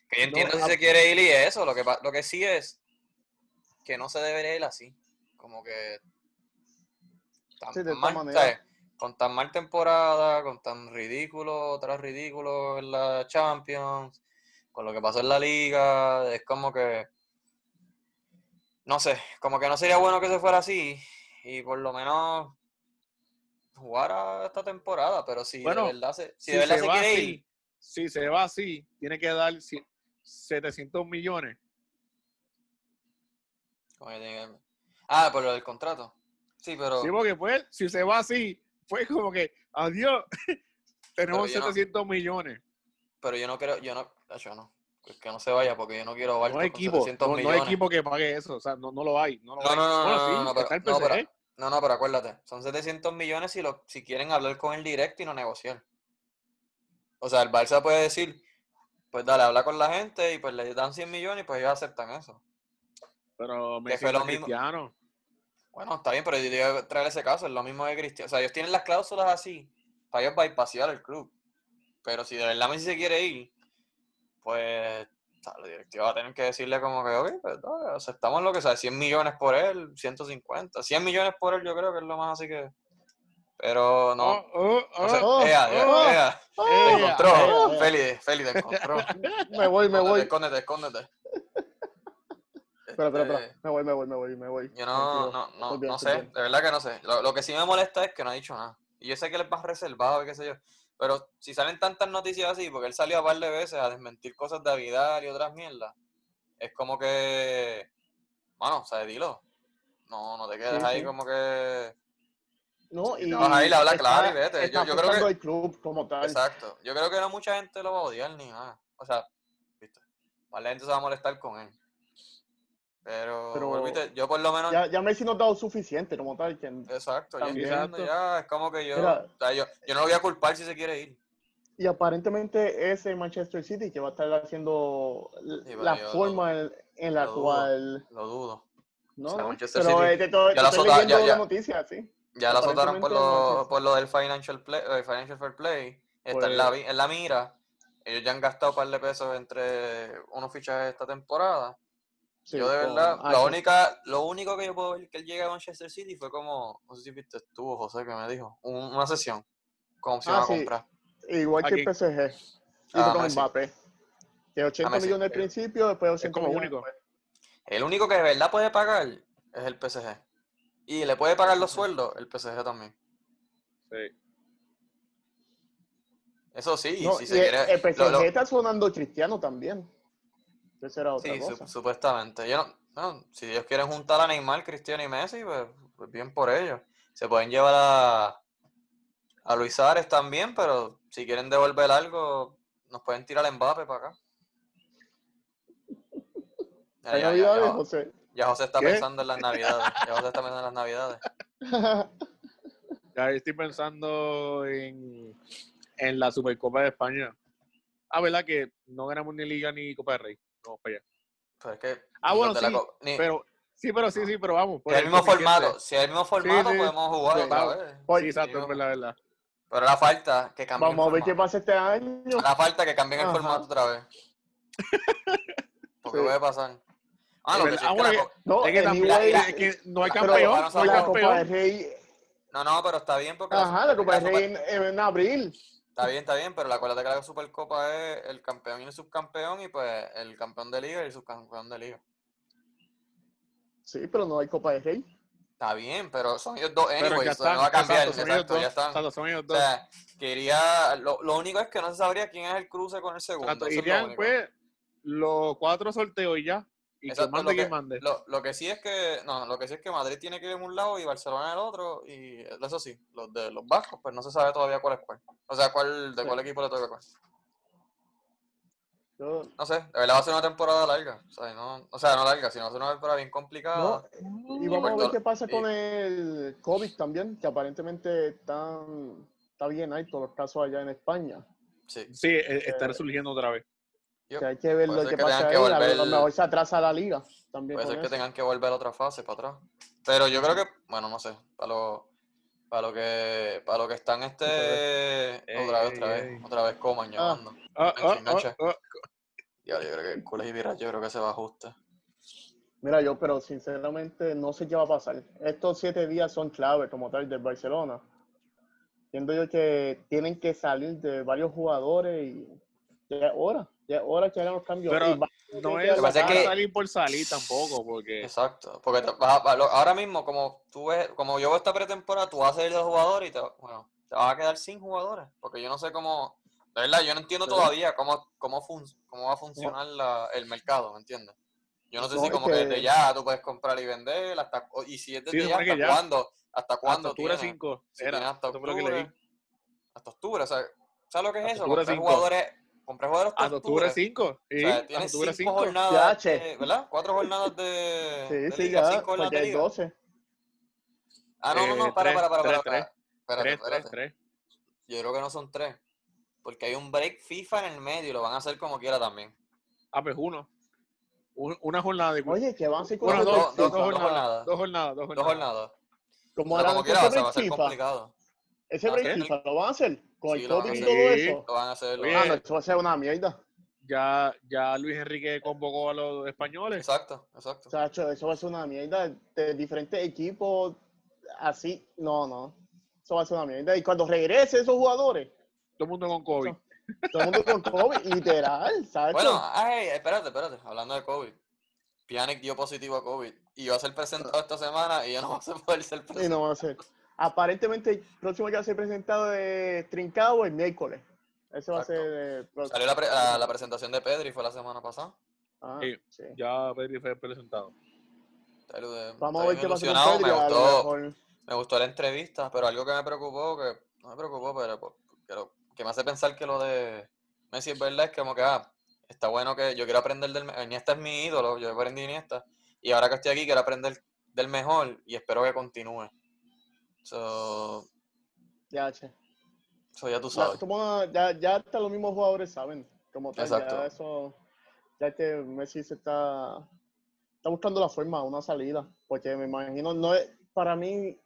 Speaker 3: Que yo
Speaker 1: No,
Speaker 3: entiendo si
Speaker 1: ah.
Speaker 3: se quiere ir y eso, lo que, pa- lo que sí es que no se debería ir así. Como que tan
Speaker 2: Sí, de esta
Speaker 3: mal,
Speaker 2: manera.
Speaker 3: ¿sabes? con tan mal temporada, con tan ridículo, tras ridículo en la Champions, con lo que pasó en la liga, es como que no sé, como que no sería bueno que se fuera así y por lo menos jugara esta temporada, pero si
Speaker 1: Bueno,
Speaker 3: de verdad se,
Speaker 1: si
Speaker 3: si de verdad
Speaker 1: se
Speaker 3: se
Speaker 1: va
Speaker 3: quiere
Speaker 1: así,
Speaker 3: ir,
Speaker 1: si se va así, tiene que dar cien- 700 millones.
Speaker 3: Como que tiene que- Ah, por lo del contrato. Sí, pero.
Speaker 1: Sí, porque pues, si se va así, fue como que, adiós, tenemos
Speaker 3: yo no-
Speaker 1: 700 millones.
Speaker 3: Pero yo no creo, yo no, yo no, pues que no se vaya porque yo no quiero a Barton
Speaker 1: No hay
Speaker 3: con
Speaker 1: equipo,
Speaker 3: 700
Speaker 1: no, no hay
Speaker 3: millones.
Speaker 1: equipo que pague eso, o sea, no, no lo hay. No, lo
Speaker 3: No,
Speaker 1: hay.
Speaker 3: no, no,
Speaker 1: Bueno,
Speaker 3: no,
Speaker 1: sí,
Speaker 3: no, no, pero,
Speaker 1: está el E,
Speaker 3: no, pero-
Speaker 1: PSG.
Speaker 3: no, no, pero acuérdate, son 700 millones si, lo, si quieren hablar con él directo y no negociar. O sea, el Barça puede decir, pues dale, habla con la gente y pues le dan 100 millones y pues ellos aceptan eso.
Speaker 1: Pero Messi
Speaker 3: fue lo
Speaker 1: no es
Speaker 3: mismo.
Speaker 1: cristiano.
Speaker 3: Bueno, está bien, pero yo te voy a traer ese caso, es lo mismo de Cristiano. O sea, ellos tienen las cláusulas así para ellos bypassear el club. Pero si de verdad Messi se quiere ir, pues la directiva va a tener que decirle como que, ok, pues dale, aceptamos lo que sea, 100 millones por él, 150, 100 millones por él yo creo que es lo más así que... Pero no.
Speaker 4: Oh, oh, oh,
Speaker 3: o sea,
Speaker 2: oh,
Speaker 3: ea, ea,
Speaker 2: oh,
Speaker 3: ea, te
Speaker 2: ¡Eh!
Speaker 3: encontró,
Speaker 2: ¡Eh!
Speaker 3: Feli, Feli, te encontró.
Speaker 2: Me voy, me voy.
Speaker 3: Escóndete, escóndete.
Speaker 2: Espera, espera,
Speaker 3: Este,
Speaker 2: espera. Me voy, me voy, me voy, me voy.
Speaker 3: Yo no,
Speaker 2: Tranquilo.
Speaker 3: no, no,
Speaker 2: Estoy bien,
Speaker 3: no sé,
Speaker 2: estoy
Speaker 3: de
Speaker 2: bien.
Speaker 3: verdad que no sé. Lo, lo que sí me molesta es que no ha dicho nada. Y yo sé que él es más reservado y qué sé yo. Pero si salen tantas noticias así, porque él salió a par de veces a desmentir cosas de Vidal y otras mierdas, es como que. Mano, o sea, dilo. No, no te quedes
Speaker 2: Sí,
Speaker 3: ahí
Speaker 2: sí.
Speaker 3: como que.
Speaker 2: No,
Speaker 3: te vas ahí, le habla claro y vete. Yo-
Speaker 2: está
Speaker 3: yo creo que-
Speaker 2: afectando al club como tal.
Speaker 3: Exacto. Yo creo que no mucha gente lo va a odiar ni nada. O sea, viste. Más la gente se va a molestar con él. Pero,
Speaker 2: Pero-
Speaker 3: vuelvo y te- yo por lo menos.
Speaker 2: Ya, ya Messi no ha dado suficiente como tal. Que,
Speaker 3: Eh, Exacto, yo
Speaker 2: También.
Speaker 3: entiendo, ya, es como que yo,
Speaker 2: Mira.
Speaker 3: o sea, yo, yo no lo voy a culpar si se quiere ir.
Speaker 2: y aparentemente es el Manchester City que va a estar haciendo l-
Speaker 3: Sí, pero
Speaker 2: la
Speaker 3: yo lo-
Speaker 2: forma en, en la
Speaker 3: lo dudo.
Speaker 2: cual.
Speaker 3: Lo dudo.
Speaker 2: No,
Speaker 3: O sea,
Speaker 2: no,
Speaker 3: Manchester
Speaker 2: pero
Speaker 3: City
Speaker 2: es que todo,
Speaker 3: ya la
Speaker 2: estoy
Speaker 3: azota- ya-
Speaker 2: leyendo
Speaker 3: ya-
Speaker 2: la noticia, sí.
Speaker 3: Ya la azotaron por
Speaker 2: Aparentemente
Speaker 3: lo,
Speaker 2: Manchester.
Speaker 3: por lo del financial, play, eh, financial Fair Play. Está en,
Speaker 2: Pues
Speaker 3: la, vi- en la mira. Ellos ya han gastado un par de pesos entre unos fichajes esta temporada.
Speaker 2: Sí,
Speaker 3: yo de
Speaker 2: con
Speaker 3: verdad, la
Speaker 2: Ajax.
Speaker 3: única, lo único que yo puedo ver que él llega a Manchester City fue como, no sé si viste tú, José, que me dijo, un- una sesión con opción
Speaker 2: Ah,
Speaker 3: a
Speaker 2: sí.
Speaker 3: comprar.
Speaker 2: Igual que
Speaker 1: Aquí.
Speaker 2: el PSG.
Speaker 3: Ah,
Speaker 2: Hizo con
Speaker 3: Messi. Ah,
Speaker 2: Mbappé. Que 80
Speaker 3: Messi.
Speaker 2: millones al principio, después 80
Speaker 1: Es como
Speaker 2: millones
Speaker 1: único.
Speaker 3: El único que de verdad puede pagar es el PSG. Y le puede pagar los sueldos el PSG también.
Speaker 1: Sí.
Speaker 3: Eso sí,
Speaker 2: No,
Speaker 3: si
Speaker 2: y
Speaker 3: se
Speaker 2: el,
Speaker 3: quiere.
Speaker 2: el PSG
Speaker 3: lo- lo-
Speaker 2: está sonando cristiano también. Que será otra
Speaker 3: sí, su-
Speaker 2: cosa.
Speaker 3: supuestamente. Yo no- bueno, si ellos quieren juntar a Neymar, Cristiano y Messi, pues, pues bien por ellos. Se pueden llevar a, a Luis Suárez también, pero si quieren devolver algo, nos pueden tirar el Mbappé para acá. Ya,
Speaker 2: Hay
Speaker 3: ya, ya,
Speaker 2: navidades,
Speaker 3: ya-
Speaker 2: José.
Speaker 3: ya José está
Speaker 1: ¿Qué?
Speaker 3: pensando en las navidades. Ya José está pensando en las navidades.
Speaker 1: Ya estoy pensando en, en la Supercopa de España. Ah, ¿verdad? Que no ganamos ni Liga ni Copa del Rey. No, para allá.
Speaker 3: Pero Pues es que
Speaker 1: Ah,
Speaker 3: los
Speaker 1: bueno,
Speaker 3: de la
Speaker 1: sí,
Speaker 3: co- ni-
Speaker 1: Pero, sí, pero sí, sí, pero vamos. por
Speaker 3: Si es el mismo
Speaker 1: coeficiente.
Speaker 3: formato, si es el mismo formato
Speaker 1: sí,
Speaker 3: podemos jugar
Speaker 1: sí,
Speaker 3: otra
Speaker 1: vamos.
Speaker 3: vez.
Speaker 2: Oye,
Speaker 1: Sí, exacto, es
Speaker 3: Digo,
Speaker 1: verdad, verdad.
Speaker 3: Pero la falta que cambien
Speaker 2: Vamos a ver
Speaker 3: el
Speaker 2: qué
Speaker 3: formato.
Speaker 2: pasa este año.
Speaker 3: La falta que cambien el
Speaker 2: Ajá.
Speaker 3: formato otra vez. Porque
Speaker 2: Sí.
Speaker 3: puede pasar. Ah,
Speaker 1: Es
Speaker 3: lo que
Speaker 1: verdad.
Speaker 3: sí es
Speaker 1: Ah,
Speaker 3: que la
Speaker 1: bueno,
Speaker 3: co-
Speaker 2: No,
Speaker 1: Es que, también-
Speaker 2: anyway,
Speaker 1: es que no hay
Speaker 3: pero
Speaker 1: campeón,
Speaker 3: vamos a
Speaker 1: no hay
Speaker 2: la Copa
Speaker 1: campeón.
Speaker 2: del Rey.
Speaker 3: No, no, pero está bien porque...
Speaker 2: Ajá, la Copa del
Speaker 3: Super-
Speaker 2: Rey en, en abril.
Speaker 3: Está bien, está bien, pero acuérdate que la Supercopa es el campeón y el subcampeón y pues el campeón de liga y el subcampeón de liga.
Speaker 2: Sí, pero no hay Copa del Rey.
Speaker 3: Está bien, pero son ellos dos
Speaker 1: Pero
Speaker 3: anyways,
Speaker 1: ya
Speaker 3: eso no
Speaker 1: están.
Speaker 3: va a cambiar,
Speaker 1: exacto, son ellos
Speaker 3: pues, exacto,
Speaker 1: dos,
Speaker 3: ya están.
Speaker 1: exacto, son ellos
Speaker 3: O
Speaker 1: dos.
Speaker 3: sea, quería. Lo, lo único es que no se sabría quién es el cruce con el segundo.
Speaker 1: Exacto,
Speaker 3: eso es lo
Speaker 1: Irían,
Speaker 3: único.
Speaker 1: pues, los cuatro sorteos y ya. Y que
Speaker 3: Exacto,
Speaker 1: mande
Speaker 3: lo
Speaker 1: que
Speaker 3: que-
Speaker 1: mande.
Speaker 3: Lo, lo que sí es que. No, lo que sí es que Madrid tiene que ir en un lado y Barcelona en el otro. Y eso sí, los de los vascos, pues no se sabe todavía cuál es cuál. O sea, cuál, de
Speaker 2: Sí.
Speaker 3: cuál equipo le toca cuál.
Speaker 2: Yo-
Speaker 3: No sé, de verdad va a ser una temporada larga. O sea, no, o sea, no larga, sino va a ser una temporada bien complicada.
Speaker 2: No, y vamos a ver
Speaker 3: perdón,
Speaker 2: qué pasa
Speaker 3: y-
Speaker 2: con el COVID también, que aparentemente están, está bien alto los casos allá en España.
Speaker 3: Sí.
Speaker 1: Sí, eh, están surgiendo otra vez.
Speaker 2: Que hay que ver
Speaker 3: Puede
Speaker 2: lo que
Speaker 3: ser que tengan
Speaker 2: pasa
Speaker 3: que
Speaker 2: ahí. A
Speaker 3: volver-
Speaker 2: lo mejor se atrasa la liga también.
Speaker 3: Puede
Speaker 2: con
Speaker 3: ser que
Speaker 2: eso.
Speaker 3: tengan que volver a otra fase para atrás. Pero yo creo que, bueno, no sé, para lo, para lo que para lo que están este
Speaker 1: Ey,
Speaker 3: otra vez, otra
Speaker 1: ey,
Speaker 3: vez,
Speaker 1: ey.
Speaker 3: otra vez coman llamando.
Speaker 1: Ah, ah,
Speaker 3: Noche, noche.
Speaker 1: ah, ah.
Speaker 3: Diablo, yo creo que Cules y Virras, yo creo que se va ajusta.
Speaker 2: Mira, yo, pero sinceramente no sé qué va a pasar. Estos siete días son clave como tal del Barcelona. Siento yo que tienen que salir de varios jugadores y ya es hora, ya es hora que hagan los cambios.
Speaker 1: Pero
Speaker 2: Y va-
Speaker 1: No
Speaker 2: que
Speaker 1: es
Speaker 2: la
Speaker 3: pasa es
Speaker 1: van a
Speaker 3: que-
Speaker 1: salir por salir tampoco, porque
Speaker 3: Exacto. Porque te vas a- va- lo- ahora mismo, como tú ves, como yo veo esta pretemporada, tú vas a salir de jugadores y te, bueno, te vas a quedar sin jugadores. Porque yo no sé cómo, de verdad, yo no entiendo
Speaker 2: Sí.
Speaker 3: todavía cómo, cómo, fun- cómo va a funcionar la- el mercado, ¿me entiendes? Yo no sé
Speaker 2: No,
Speaker 3: si
Speaker 2: es
Speaker 3: como que desde
Speaker 2: que-
Speaker 3: ya tú puedes comprar y vender, hasta, o- y si es desde
Speaker 1: se
Speaker 3: ya,
Speaker 1: supone que
Speaker 3: ¿hasta
Speaker 1: ya.
Speaker 3: cuándo? ¿Hasta
Speaker 1: hasta
Speaker 3: cuándo
Speaker 1: octubre
Speaker 3: tiene?
Speaker 1: 5
Speaker 3: Si tiene
Speaker 1: era.
Speaker 3: hasta
Speaker 1: Eso fue lo que leí.
Speaker 3: octubre. Hasta octubre, o sea, ¿sabes lo que es
Speaker 1: Hasta
Speaker 3: eso?
Speaker 1: octubre
Speaker 3: Comprar
Speaker 1: 5.
Speaker 3: jugadores, comprar jugadores hasta
Speaker 1: Hasta octubre
Speaker 3: octubre.
Speaker 1: 5.
Speaker 3: O
Speaker 1: Sí,
Speaker 3: sea,
Speaker 1: hasta
Speaker 3: tienes
Speaker 1: octubre
Speaker 3: cinco
Speaker 1: 5.
Speaker 2: Ya,
Speaker 3: jornadas,
Speaker 2: che.
Speaker 3: de- ¿verdad? Cuatro jornadas de,
Speaker 2: Sí,
Speaker 3: de
Speaker 2: sí,
Speaker 3: liga,
Speaker 2: ya,
Speaker 3: cinco jornadas
Speaker 2: porque
Speaker 3: de
Speaker 2: hay
Speaker 3: liga.
Speaker 2: 12.
Speaker 3: Ah, no, no,
Speaker 1: Eh,
Speaker 3: no, para,
Speaker 1: tres,
Speaker 3: para, para,
Speaker 1: tres,
Speaker 3: para, para. Espérate,
Speaker 1: 3, 3,
Speaker 3: espérate.
Speaker 1: 3.
Speaker 3: Yo creo que no son tres. Porque hay un break FIFA en el medio y lo van a hacer como quiera también.
Speaker 1: Ah, pues uno. Un- Una jornada de
Speaker 2: Oye, que van a ser
Speaker 1: Bueno,
Speaker 3: dos-
Speaker 1: dos,
Speaker 3: dos-
Speaker 1: dos,
Speaker 3: dos
Speaker 1: jornadas.
Speaker 3: jornadas.
Speaker 1: Dos jornadas, dos
Speaker 3: Dos
Speaker 1: jornadas.
Speaker 3: jornadas.
Speaker 2: Pues Como
Speaker 3: Pero
Speaker 2: ahora
Speaker 3: como
Speaker 2: ese
Speaker 3: quiera, o sea, va a
Speaker 2: break
Speaker 3: ser
Speaker 2: FIFA,
Speaker 3: complicado.
Speaker 2: ese
Speaker 3: Ah,
Speaker 2: break
Speaker 3: ¿sí?
Speaker 2: FIFA lo van a hacer con
Speaker 3: Sí,
Speaker 2: el
Speaker 3: lo van a
Speaker 2: COVID y
Speaker 1: hacer.
Speaker 2: todo
Speaker 1: Sí.
Speaker 2: eso.
Speaker 3: Lo van a hacer. lo
Speaker 1: Oye,
Speaker 3: van
Speaker 2: Ah,
Speaker 3: a
Speaker 2: no,
Speaker 3: hacer.
Speaker 2: eso va a ser una mierda.
Speaker 1: ya, ya Luis Enrique convocó a los españoles.
Speaker 3: Exacto, exacto.
Speaker 2: Chacho, eso va a ser una mierda de diferentes equipos. Así, no, no. Eso va a ser una mierda. Y cuando regresen esos jugadores,
Speaker 1: Todo el mundo con COVID.
Speaker 2: todo el mundo con COVID, literal, chacho.
Speaker 3: Bueno, ay, espérate, espérate. Hablando de COVID. Pjanic dio positivo a COVID y va a ser presentado esta semana y ya no va a ser poder ser
Speaker 2: Y
Speaker 3: presentado.
Speaker 2: no va a ser. Aparentemente, el próximo que va a ser presentado de Trincado el miércoles. Ese va a ser
Speaker 3: Exacto.
Speaker 2: el próximo.
Speaker 3: Salió la, pre- la- la presentación de Pedri, fue la semana pasada.
Speaker 2: Ah,
Speaker 1: Sí.
Speaker 2: sí.
Speaker 1: Ya Pedri fue presentado.
Speaker 3: Estoy ilu-
Speaker 2: Vamos a
Speaker 3: estoy
Speaker 2: ver qué pasa con
Speaker 3: ilusionado,
Speaker 2: Pedri.
Speaker 3: Me
Speaker 2: a lo
Speaker 3: gustó,
Speaker 2: mejor.
Speaker 3: me gustó la entrevista, pero algo que me preocupó, que no me preocupó, pero po- que, lo- que me hace pensar que lo de Messi es verdad, es como que, ah, está bueno que yo quiero aprender del mejor. Iniesta es mi ídolo, yo aprendí de Iniesta, y ahora que estoy aquí quiero aprender del mejor y espero que continúe. So,
Speaker 2: Ya, che.
Speaker 3: so ya tú
Speaker 2: Ya,
Speaker 3: sabes.
Speaker 2: como- ya, ya hasta los mismos jugadores saben. Como tal,
Speaker 3: Exacto.
Speaker 2: ya eso. Ya este Messi se está. Está buscando la forma, una salida. Porque me imagino, no es. Para mí,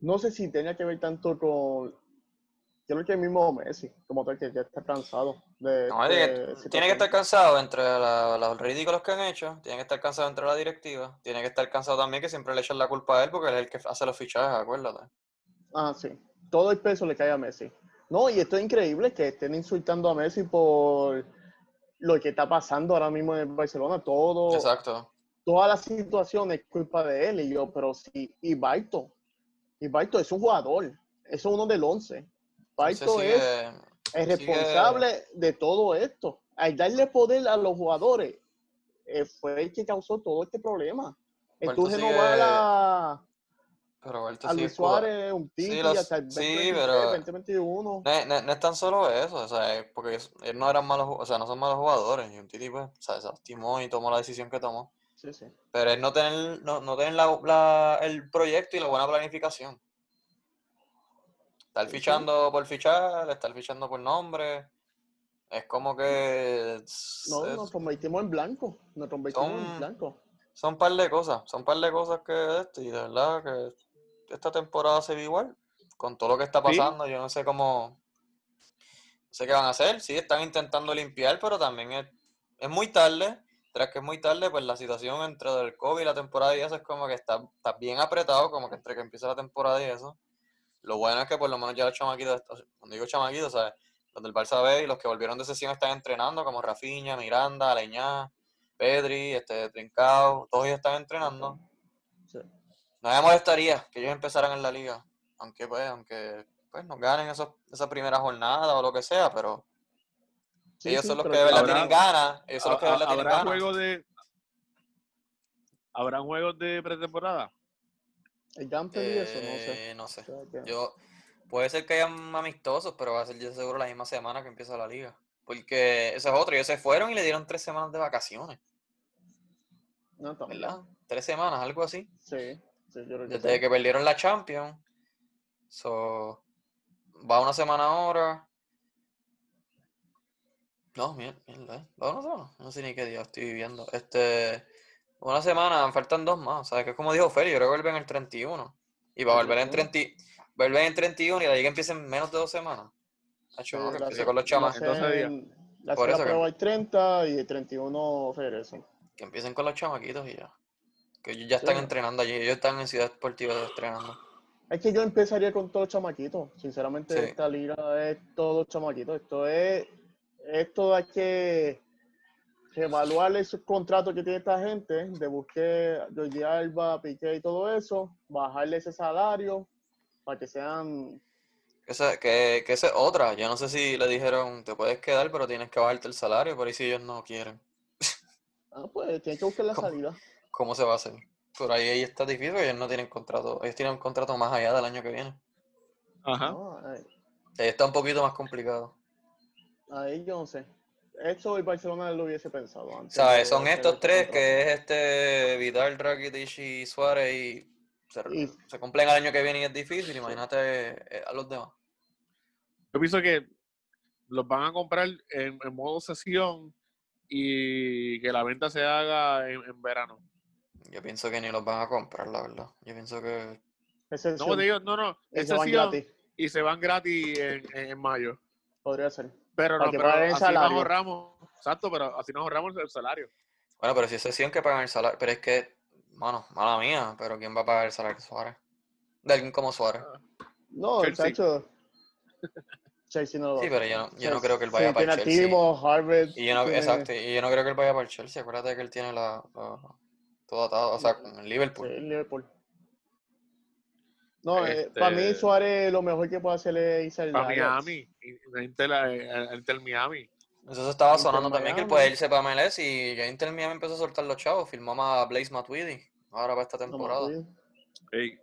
Speaker 2: no sé si tenía que ver tanto con. Yo creo que el mismo Messi, como tal, que ya está cansado de.
Speaker 3: No,
Speaker 2: este
Speaker 3: tiene, que- tiene que
Speaker 2: situación.
Speaker 3: estar cansado entre la- los ridículos que han hecho, tiene que estar cansado entre la directiva, tiene que estar cansado también que siempre le echan la culpa a él porque él es el que hace los fichajes, acuérdate.
Speaker 2: Ah, sí. Todo el peso le cae a Messi. No, y esto es increíble que estén insultando a Messi por lo que está pasando ahora mismo en el Barcelona. Todo,
Speaker 3: Exacto.
Speaker 2: toda la situación es culpa de él. Y yo, pero sí, y Baito. Y Baito es un jugador. Es uno del once.
Speaker 3: Entonces
Speaker 2: Baito
Speaker 3: sigue-
Speaker 2: es, es
Speaker 3: sigue-
Speaker 2: responsable de todo esto. Al darle poder a los jugadores, eh, fue el que causó todo este problema. El
Speaker 3: Puerto
Speaker 2: tú
Speaker 3: sigue-
Speaker 2: renovar a,
Speaker 3: pero Roberto
Speaker 2: a
Speaker 3: sigue
Speaker 2: Luis
Speaker 3: escudo.
Speaker 2: Suárez, un
Speaker 3: Sí,
Speaker 2: Titi,
Speaker 3: los-
Speaker 2: hasta el
Speaker 3: sí,
Speaker 2: 2023,
Speaker 3: pero-
Speaker 2: 2021.
Speaker 3: No, es- no- no es tan solo eso, o sea, es porque es- él no eran malos, ju- o sea, no son malos jugadores, y un titi pues, o sea, se lastimó y tomó la decisión que tomó.
Speaker 2: Sí, sí.
Speaker 3: Pero es no tener, no, no tener la, la- el proyecto y la buena planificación. Estar
Speaker 2: Sí, sí.
Speaker 3: fichando por fichar, estar fichando por nombre. Es como que es-
Speaker 2: No,
Speaker 3: es-
Speaker 2: nos convertimos en blanco. Nos convertimos en
Speaker 3: Son-
Speaker 2: blanco.
Speaker 3: son un par de cosas, son un par de cosas que este, y de verdad que esta temporada se ve igual, con todo lo que está
Speaker 1: Sí.
Speaker 3: pasando, yo no sé cómo, no sé qué van a hacer, sí, están intentando limpiar, pero también es, es muy tarde, tras que es muy tarde, pues la situación entre el COVID y la temporada y eso es como que está, está bien apretado, como que entre que empieza la temporada y eso. Lo bueno es que por lo menos ya los chamaquitos, o sea, cuando digo chamaquitos, ¿sabes? Los del Barça B y los que volvieron de sesión están entrenando, como Rafinha, Miranda, Aleñá, Pedri, este, Trincao, todos ellos están entrenando.
Speaker 2: Sí.
Speaker 3: No me molestaría que ellos empezaran en la liga, aunque pues, aunque pues nos ganen esos, esa primera jornada o lo que sea, pero
Speaker 2: Sí,
Speaker 3: ellos
Speaker 2: sí,
Speaker 3: son los
Speaker 2: pero
Speaker 3: que de verdad
Speaker 1: Habrá-
Speaker 3: tienen ganas, ellos son los que de
Speaker 1: Ha-
Speaker 3: verdad tienen
Speaker 1: ¿Habrá
Speaker 3: ganas.
Speaker 1: juegos de. ¿Habrán juegos de pretemporada?
Speaker 2: El jumper y eso, no sé.
Speaker 3: Eh, no sé.
Speaker 2: O sea, que-
Speaker 3: Yo, puede ser que hayan amistosos, pero va a ser yo seguro la misma semana que empieza la liga. Porque eso es otro, ellos se fueron y le dieron tres semanas de vacaciones,
Speaker 2: no, también.
Speaker 3: ¿verdad? Tres semanas, algo así.
Speaker 2: Sí, sí, yo creo que
Speaker 3: Desde
Speaker 2: sí.
Speaker 3: que perdieron la Champions. So, va una semana ahora. No, mier- mierda, ¿eh? va una semana. No sé ni qué día estoy viviendo. Este, una semana, faltan dos más. ¿Sabes? Que es como dijo Feli, yo creo que vuelven el 31. Y va a volver en
Speaker 2: 31.
Speaker 3: 30, vuelven en 31 y la liga empieza en menos de dos semanas. Acho, no,
Speaker 2: Sí,
Speaker 3: que
Speaker 2: la
Speaker 3: empiece
Speaker 2: hace-
Speaker 3: con los
Speaker 2: la
Speaker 3: chamacos.
Speaker 2: Ah, hacen-
Speaker 1: entonces diga.
Speaker 2: la
Speaker 3: Por
Speaker 2: hacen la
Speaker 3: eso que-
Speaker 2: prueba el 30 y el 31 regresan.
Speaker 3: Que empiecen con los chamaquitos y ya. Que ellos ya están
Speaker 2: no.
Speaker 3: entrenando allí. Ellos están en Ciudad Deportiva entrenando.
Speaker 2: Es que yo empezaría con todos los chamaquitos. Sinceramente,
Speaker 3: Sí.
Speaker 2: esta liga es todos chamaquitos. Esto es. Esto hay que evaluar esos contratos que tiene esta gente, de busque Jordi Alba, Piqué y todo eso, bajarle ese salario para que sean.
Speaker 3: Esa, que, que esa es otra. Yo no sé si le dijeron, te puedes quedar, pero tienes que bajarte el salario, pero ahí si ellos no quieren,
Speaker 2: Ah, pues tienen que buscar la
Speaker 3: ¿Cómo?
Speaker 2: salida.
Speaker 3: ¿cómo se va a hacer? Por ahí, ahí está difícil, porque ellos no tienen contrato, ellos tienen un contrato más allá del año que viene.
Speaker 1: Ajá.
Speaker 2: No, ahí,
Speaker 3: Ahí está un poquito más complicado.
Speaker 2: ahí yo no sé. Eso el Barcelona lo hubiese pensado antes. de
Speaker 3: ¿Sabes? Son
Speaker 2: hacer
Speaker 3: estos
Speaker 2: este
Speaker 3: tres,
Speaker 2: contrato.
Speaker 3: que es este Vidal, Rakitic y Suárez, y se,
Speaker 2: Y-
Speaker 3: se cumplen el año que viene y es difícil, imagínate eh, a los demás.
Speaker 1: Yo pienso que los van a comprar en, en modo sesión y que la venta se haga en, en verano.
Speaker 3: Yo pienso que ni los van a comprar, la verdad. Yo pienso que...
Speaker 2: Ese es
Speaker 1: No,
Speaker 2: un-
Speaker 1: te digo, no, no,
Speaker 2: ese
Speaker 1: es
Speaker 2: van
Speaker 1: sesión
Speaker 2: gratis,
Speaker 1: y se van gratis en, en- en mayo.
Speaker 2: podría ser.
Speaker 1: Pero
Speaker 2: Para
Speaker 1: no,
Speaker 2: que
Speaker 1: pero
Speaker 2: paguen el
Speaker 1: así nos
Speaker 2: salario.
Speaker 1: ahorramos, Exacto, pero así nos ahorramos el salario.
Speaker 3: Bueno, pero si es sesión que pagan el salario. Pero es que, mano, mala mía, pero ¿quién va a pagar el salario de Suárez? De alguien como Suárez.
Speaker 2: No,
Speaker 1: Chelsea.
Speaker 2: chacho. Chelsea no lo
Speaker 3: Sí, pero yo no, yo no
Speaker 2: Chelsea-
Speaker 3: creo que él vaya
Speaker 2: sí,
Speaker 3: para el
Speaker 2: tiene a
Speaker 3: Chelsea.
Speaker 2: Timo, Harvard.
Speaker 3: Y yo no,
Speaker 2: tiene-
Speaker 3: exacto, y yo no creo que él vaya para el Chelsea. Acuérdate que él tiene la, la- todo atado, o sea, con el
Speaker 2: sí,
Speaker 3: Liverpool.
Speaker 2: el Liverpool. No, eh,
Speaker 1: Este-
Speaker 2: para mí Suárez lo mejor que puede hacer es irse al
Speaker 1: Para
Speaker 2: Ajax.
Speaker 1: Miami, y- Inter, eh, al- al Inter Miami.
Speaker 3: Entonces estaba
Speaker 2: Inter
Speaker 3: sonando también que él
Speaker 2: Miami.
Speaker 3: puede irse para MLS y ya Inter Miami empezó a soltar los chavos. Firmó más a Blaze Matuidi ahora para esta
Speaker 2: No,
Speaker 3: temporada.
Speaker 2: Madrid.
Speaker 1: Ey,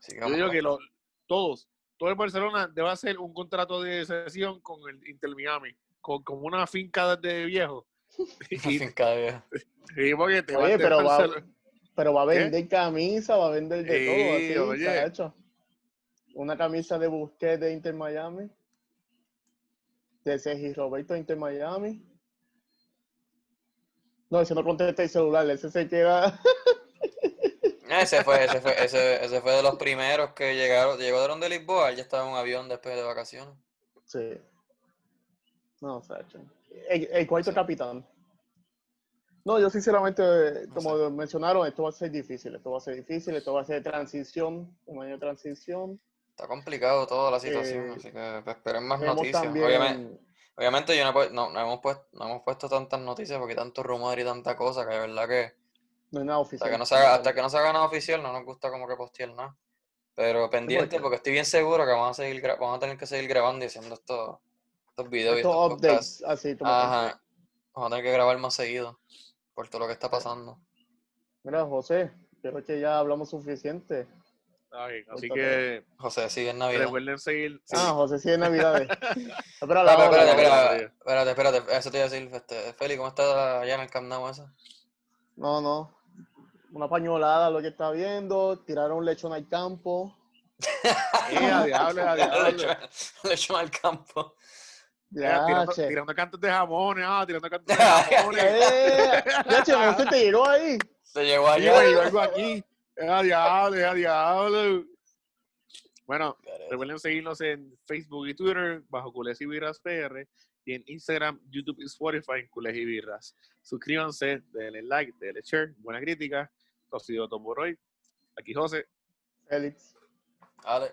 Speaker 3: Así que
Speaker 1: yo
Speaker 3: vamos a
Speaker 1: digo que
Speaker 3: ver.
Speaker 1: lo- todos, todo el Barcelona debe hacer un contrato de cesión con el Inter Miami, con, como una finca de viejo. y,
Speaker 3: Finca de viejo.
Speaker 1: y porque te vas
Speaker 2: Oye,
Speaker 1: de
Speaker 2: pero va,
Speaker 1: Barcelona.
Speaker 2: pero va a vender camisa, va a vender de
Speaker 1: Sí,
Speaker 2: todo, así,
Speaker 1: oye.
Speaker 2: chacho. Una camisa de Busquets de Inter Miami, de Sergi Roberto de Inter Miami. No, ese no contesta el celular, ese se queda.
Speaker 3: Ese fue, ese fue, ese, ese fue de los primeros que llegaron, llegaron de Lisboa, él ya estaba en un avión después de vacaciones.
Speaker 2: Sí. No, Sacho. El, el cuarto
Speaker 3: Sí.
Speaker 2: capitán. No, yo sinceramente, eh,
Speaker 3: No
Speaker 2: como mencionaron, esto va a ser difícil, esto va a ser difícil, esto va a ser transición, un año de transición.
Speaker 3: Está complicado toda la situación,
Speaker 2: Eh,
Speaker 3: así que pues, esperen más
Speaker 2: Vemos
Speaker 3: noticias.
Speaker 2: también-
Speaker 3: Obviamente, obviamente yo no, he pu- no, no hemos puesto, no hemos puesto tantas noticias porque hay tanto rumor y tanta cosa que de verdad que
Speaker 2: No es nada
Speaker 3: hasta
Speaker 2: oficial.
Speaker 3: que no se haga, hasta que no se haga nada oficial no nos gusta como que postear nada. Pero pendiente porque estoy bien seguro que vamos a seguir gra- vamos a tener que seguir grabando y haciendo estos, estos videos y
Speaker 2: Estos
Speaker 3: estos podcasts.
Speaker 2: updates, así como que-
Speaker 3: Ajá. Vamos a tener que grabar más seguido por todo lo que está pasando.
Speaker 2: Mira, José, creo que ya hablamos suficiente.
Speaker 1: Ay, así
Speaker 2: Cuéntate.
Speaker 1: que
Speaker 3: José, sigue en Navidad.
Speaker 1: recuerden seguir. sí.
Speaker 2: Ah, José, sí, es Navidades. Espera, la hora.
Speaker 3: Espérate, Ah, espérate,
Speaker 1: hora,
Speaker 3: espérate, espérate, espérate, eso te iba a decir, este, Feli, ¿cómo está allá en el Camp Nou eso?
Speaker 2: No, no. Una pañolada, lo que está viendo. Tiraron un lechón al campo.
Speaker 1: Eh, a diablo, a
Speaker 3: Le
Speaker 1: diablo.
Speaker 3: echó- le echó al campo.
Speaker 1: Mira,
Speaker 2: Ya,
Speaker 1: tirando,
Speaker 2: che.
Speaker 1: tirando cantos de jamones, ah, tirando cantos de jamones.
Speaker 2: Eh, ya, che, pero se te tiró ahí.
Speaker 3: Se llegó
Speaker 1: Sí,
Speaker 3: allá.
Speaker 1: güey, yo vengo aquí. Es a diablo, es a diablo. Bueno, recuerden seguirnos en Facebook y Twitter bajo Cules y Birras PR y en Instagram, YouTube y Spotify en Cules y Birras. Suscríbanse, denle like, denle share, buena crítica. Esto ha sido Tom Boroy. Aquí José.
Speaker 2: Félix.
Speaker 3: Dale,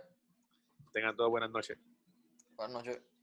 Speaker 1: Tengan todas buenas noches.
Speaker 3: buenas noches.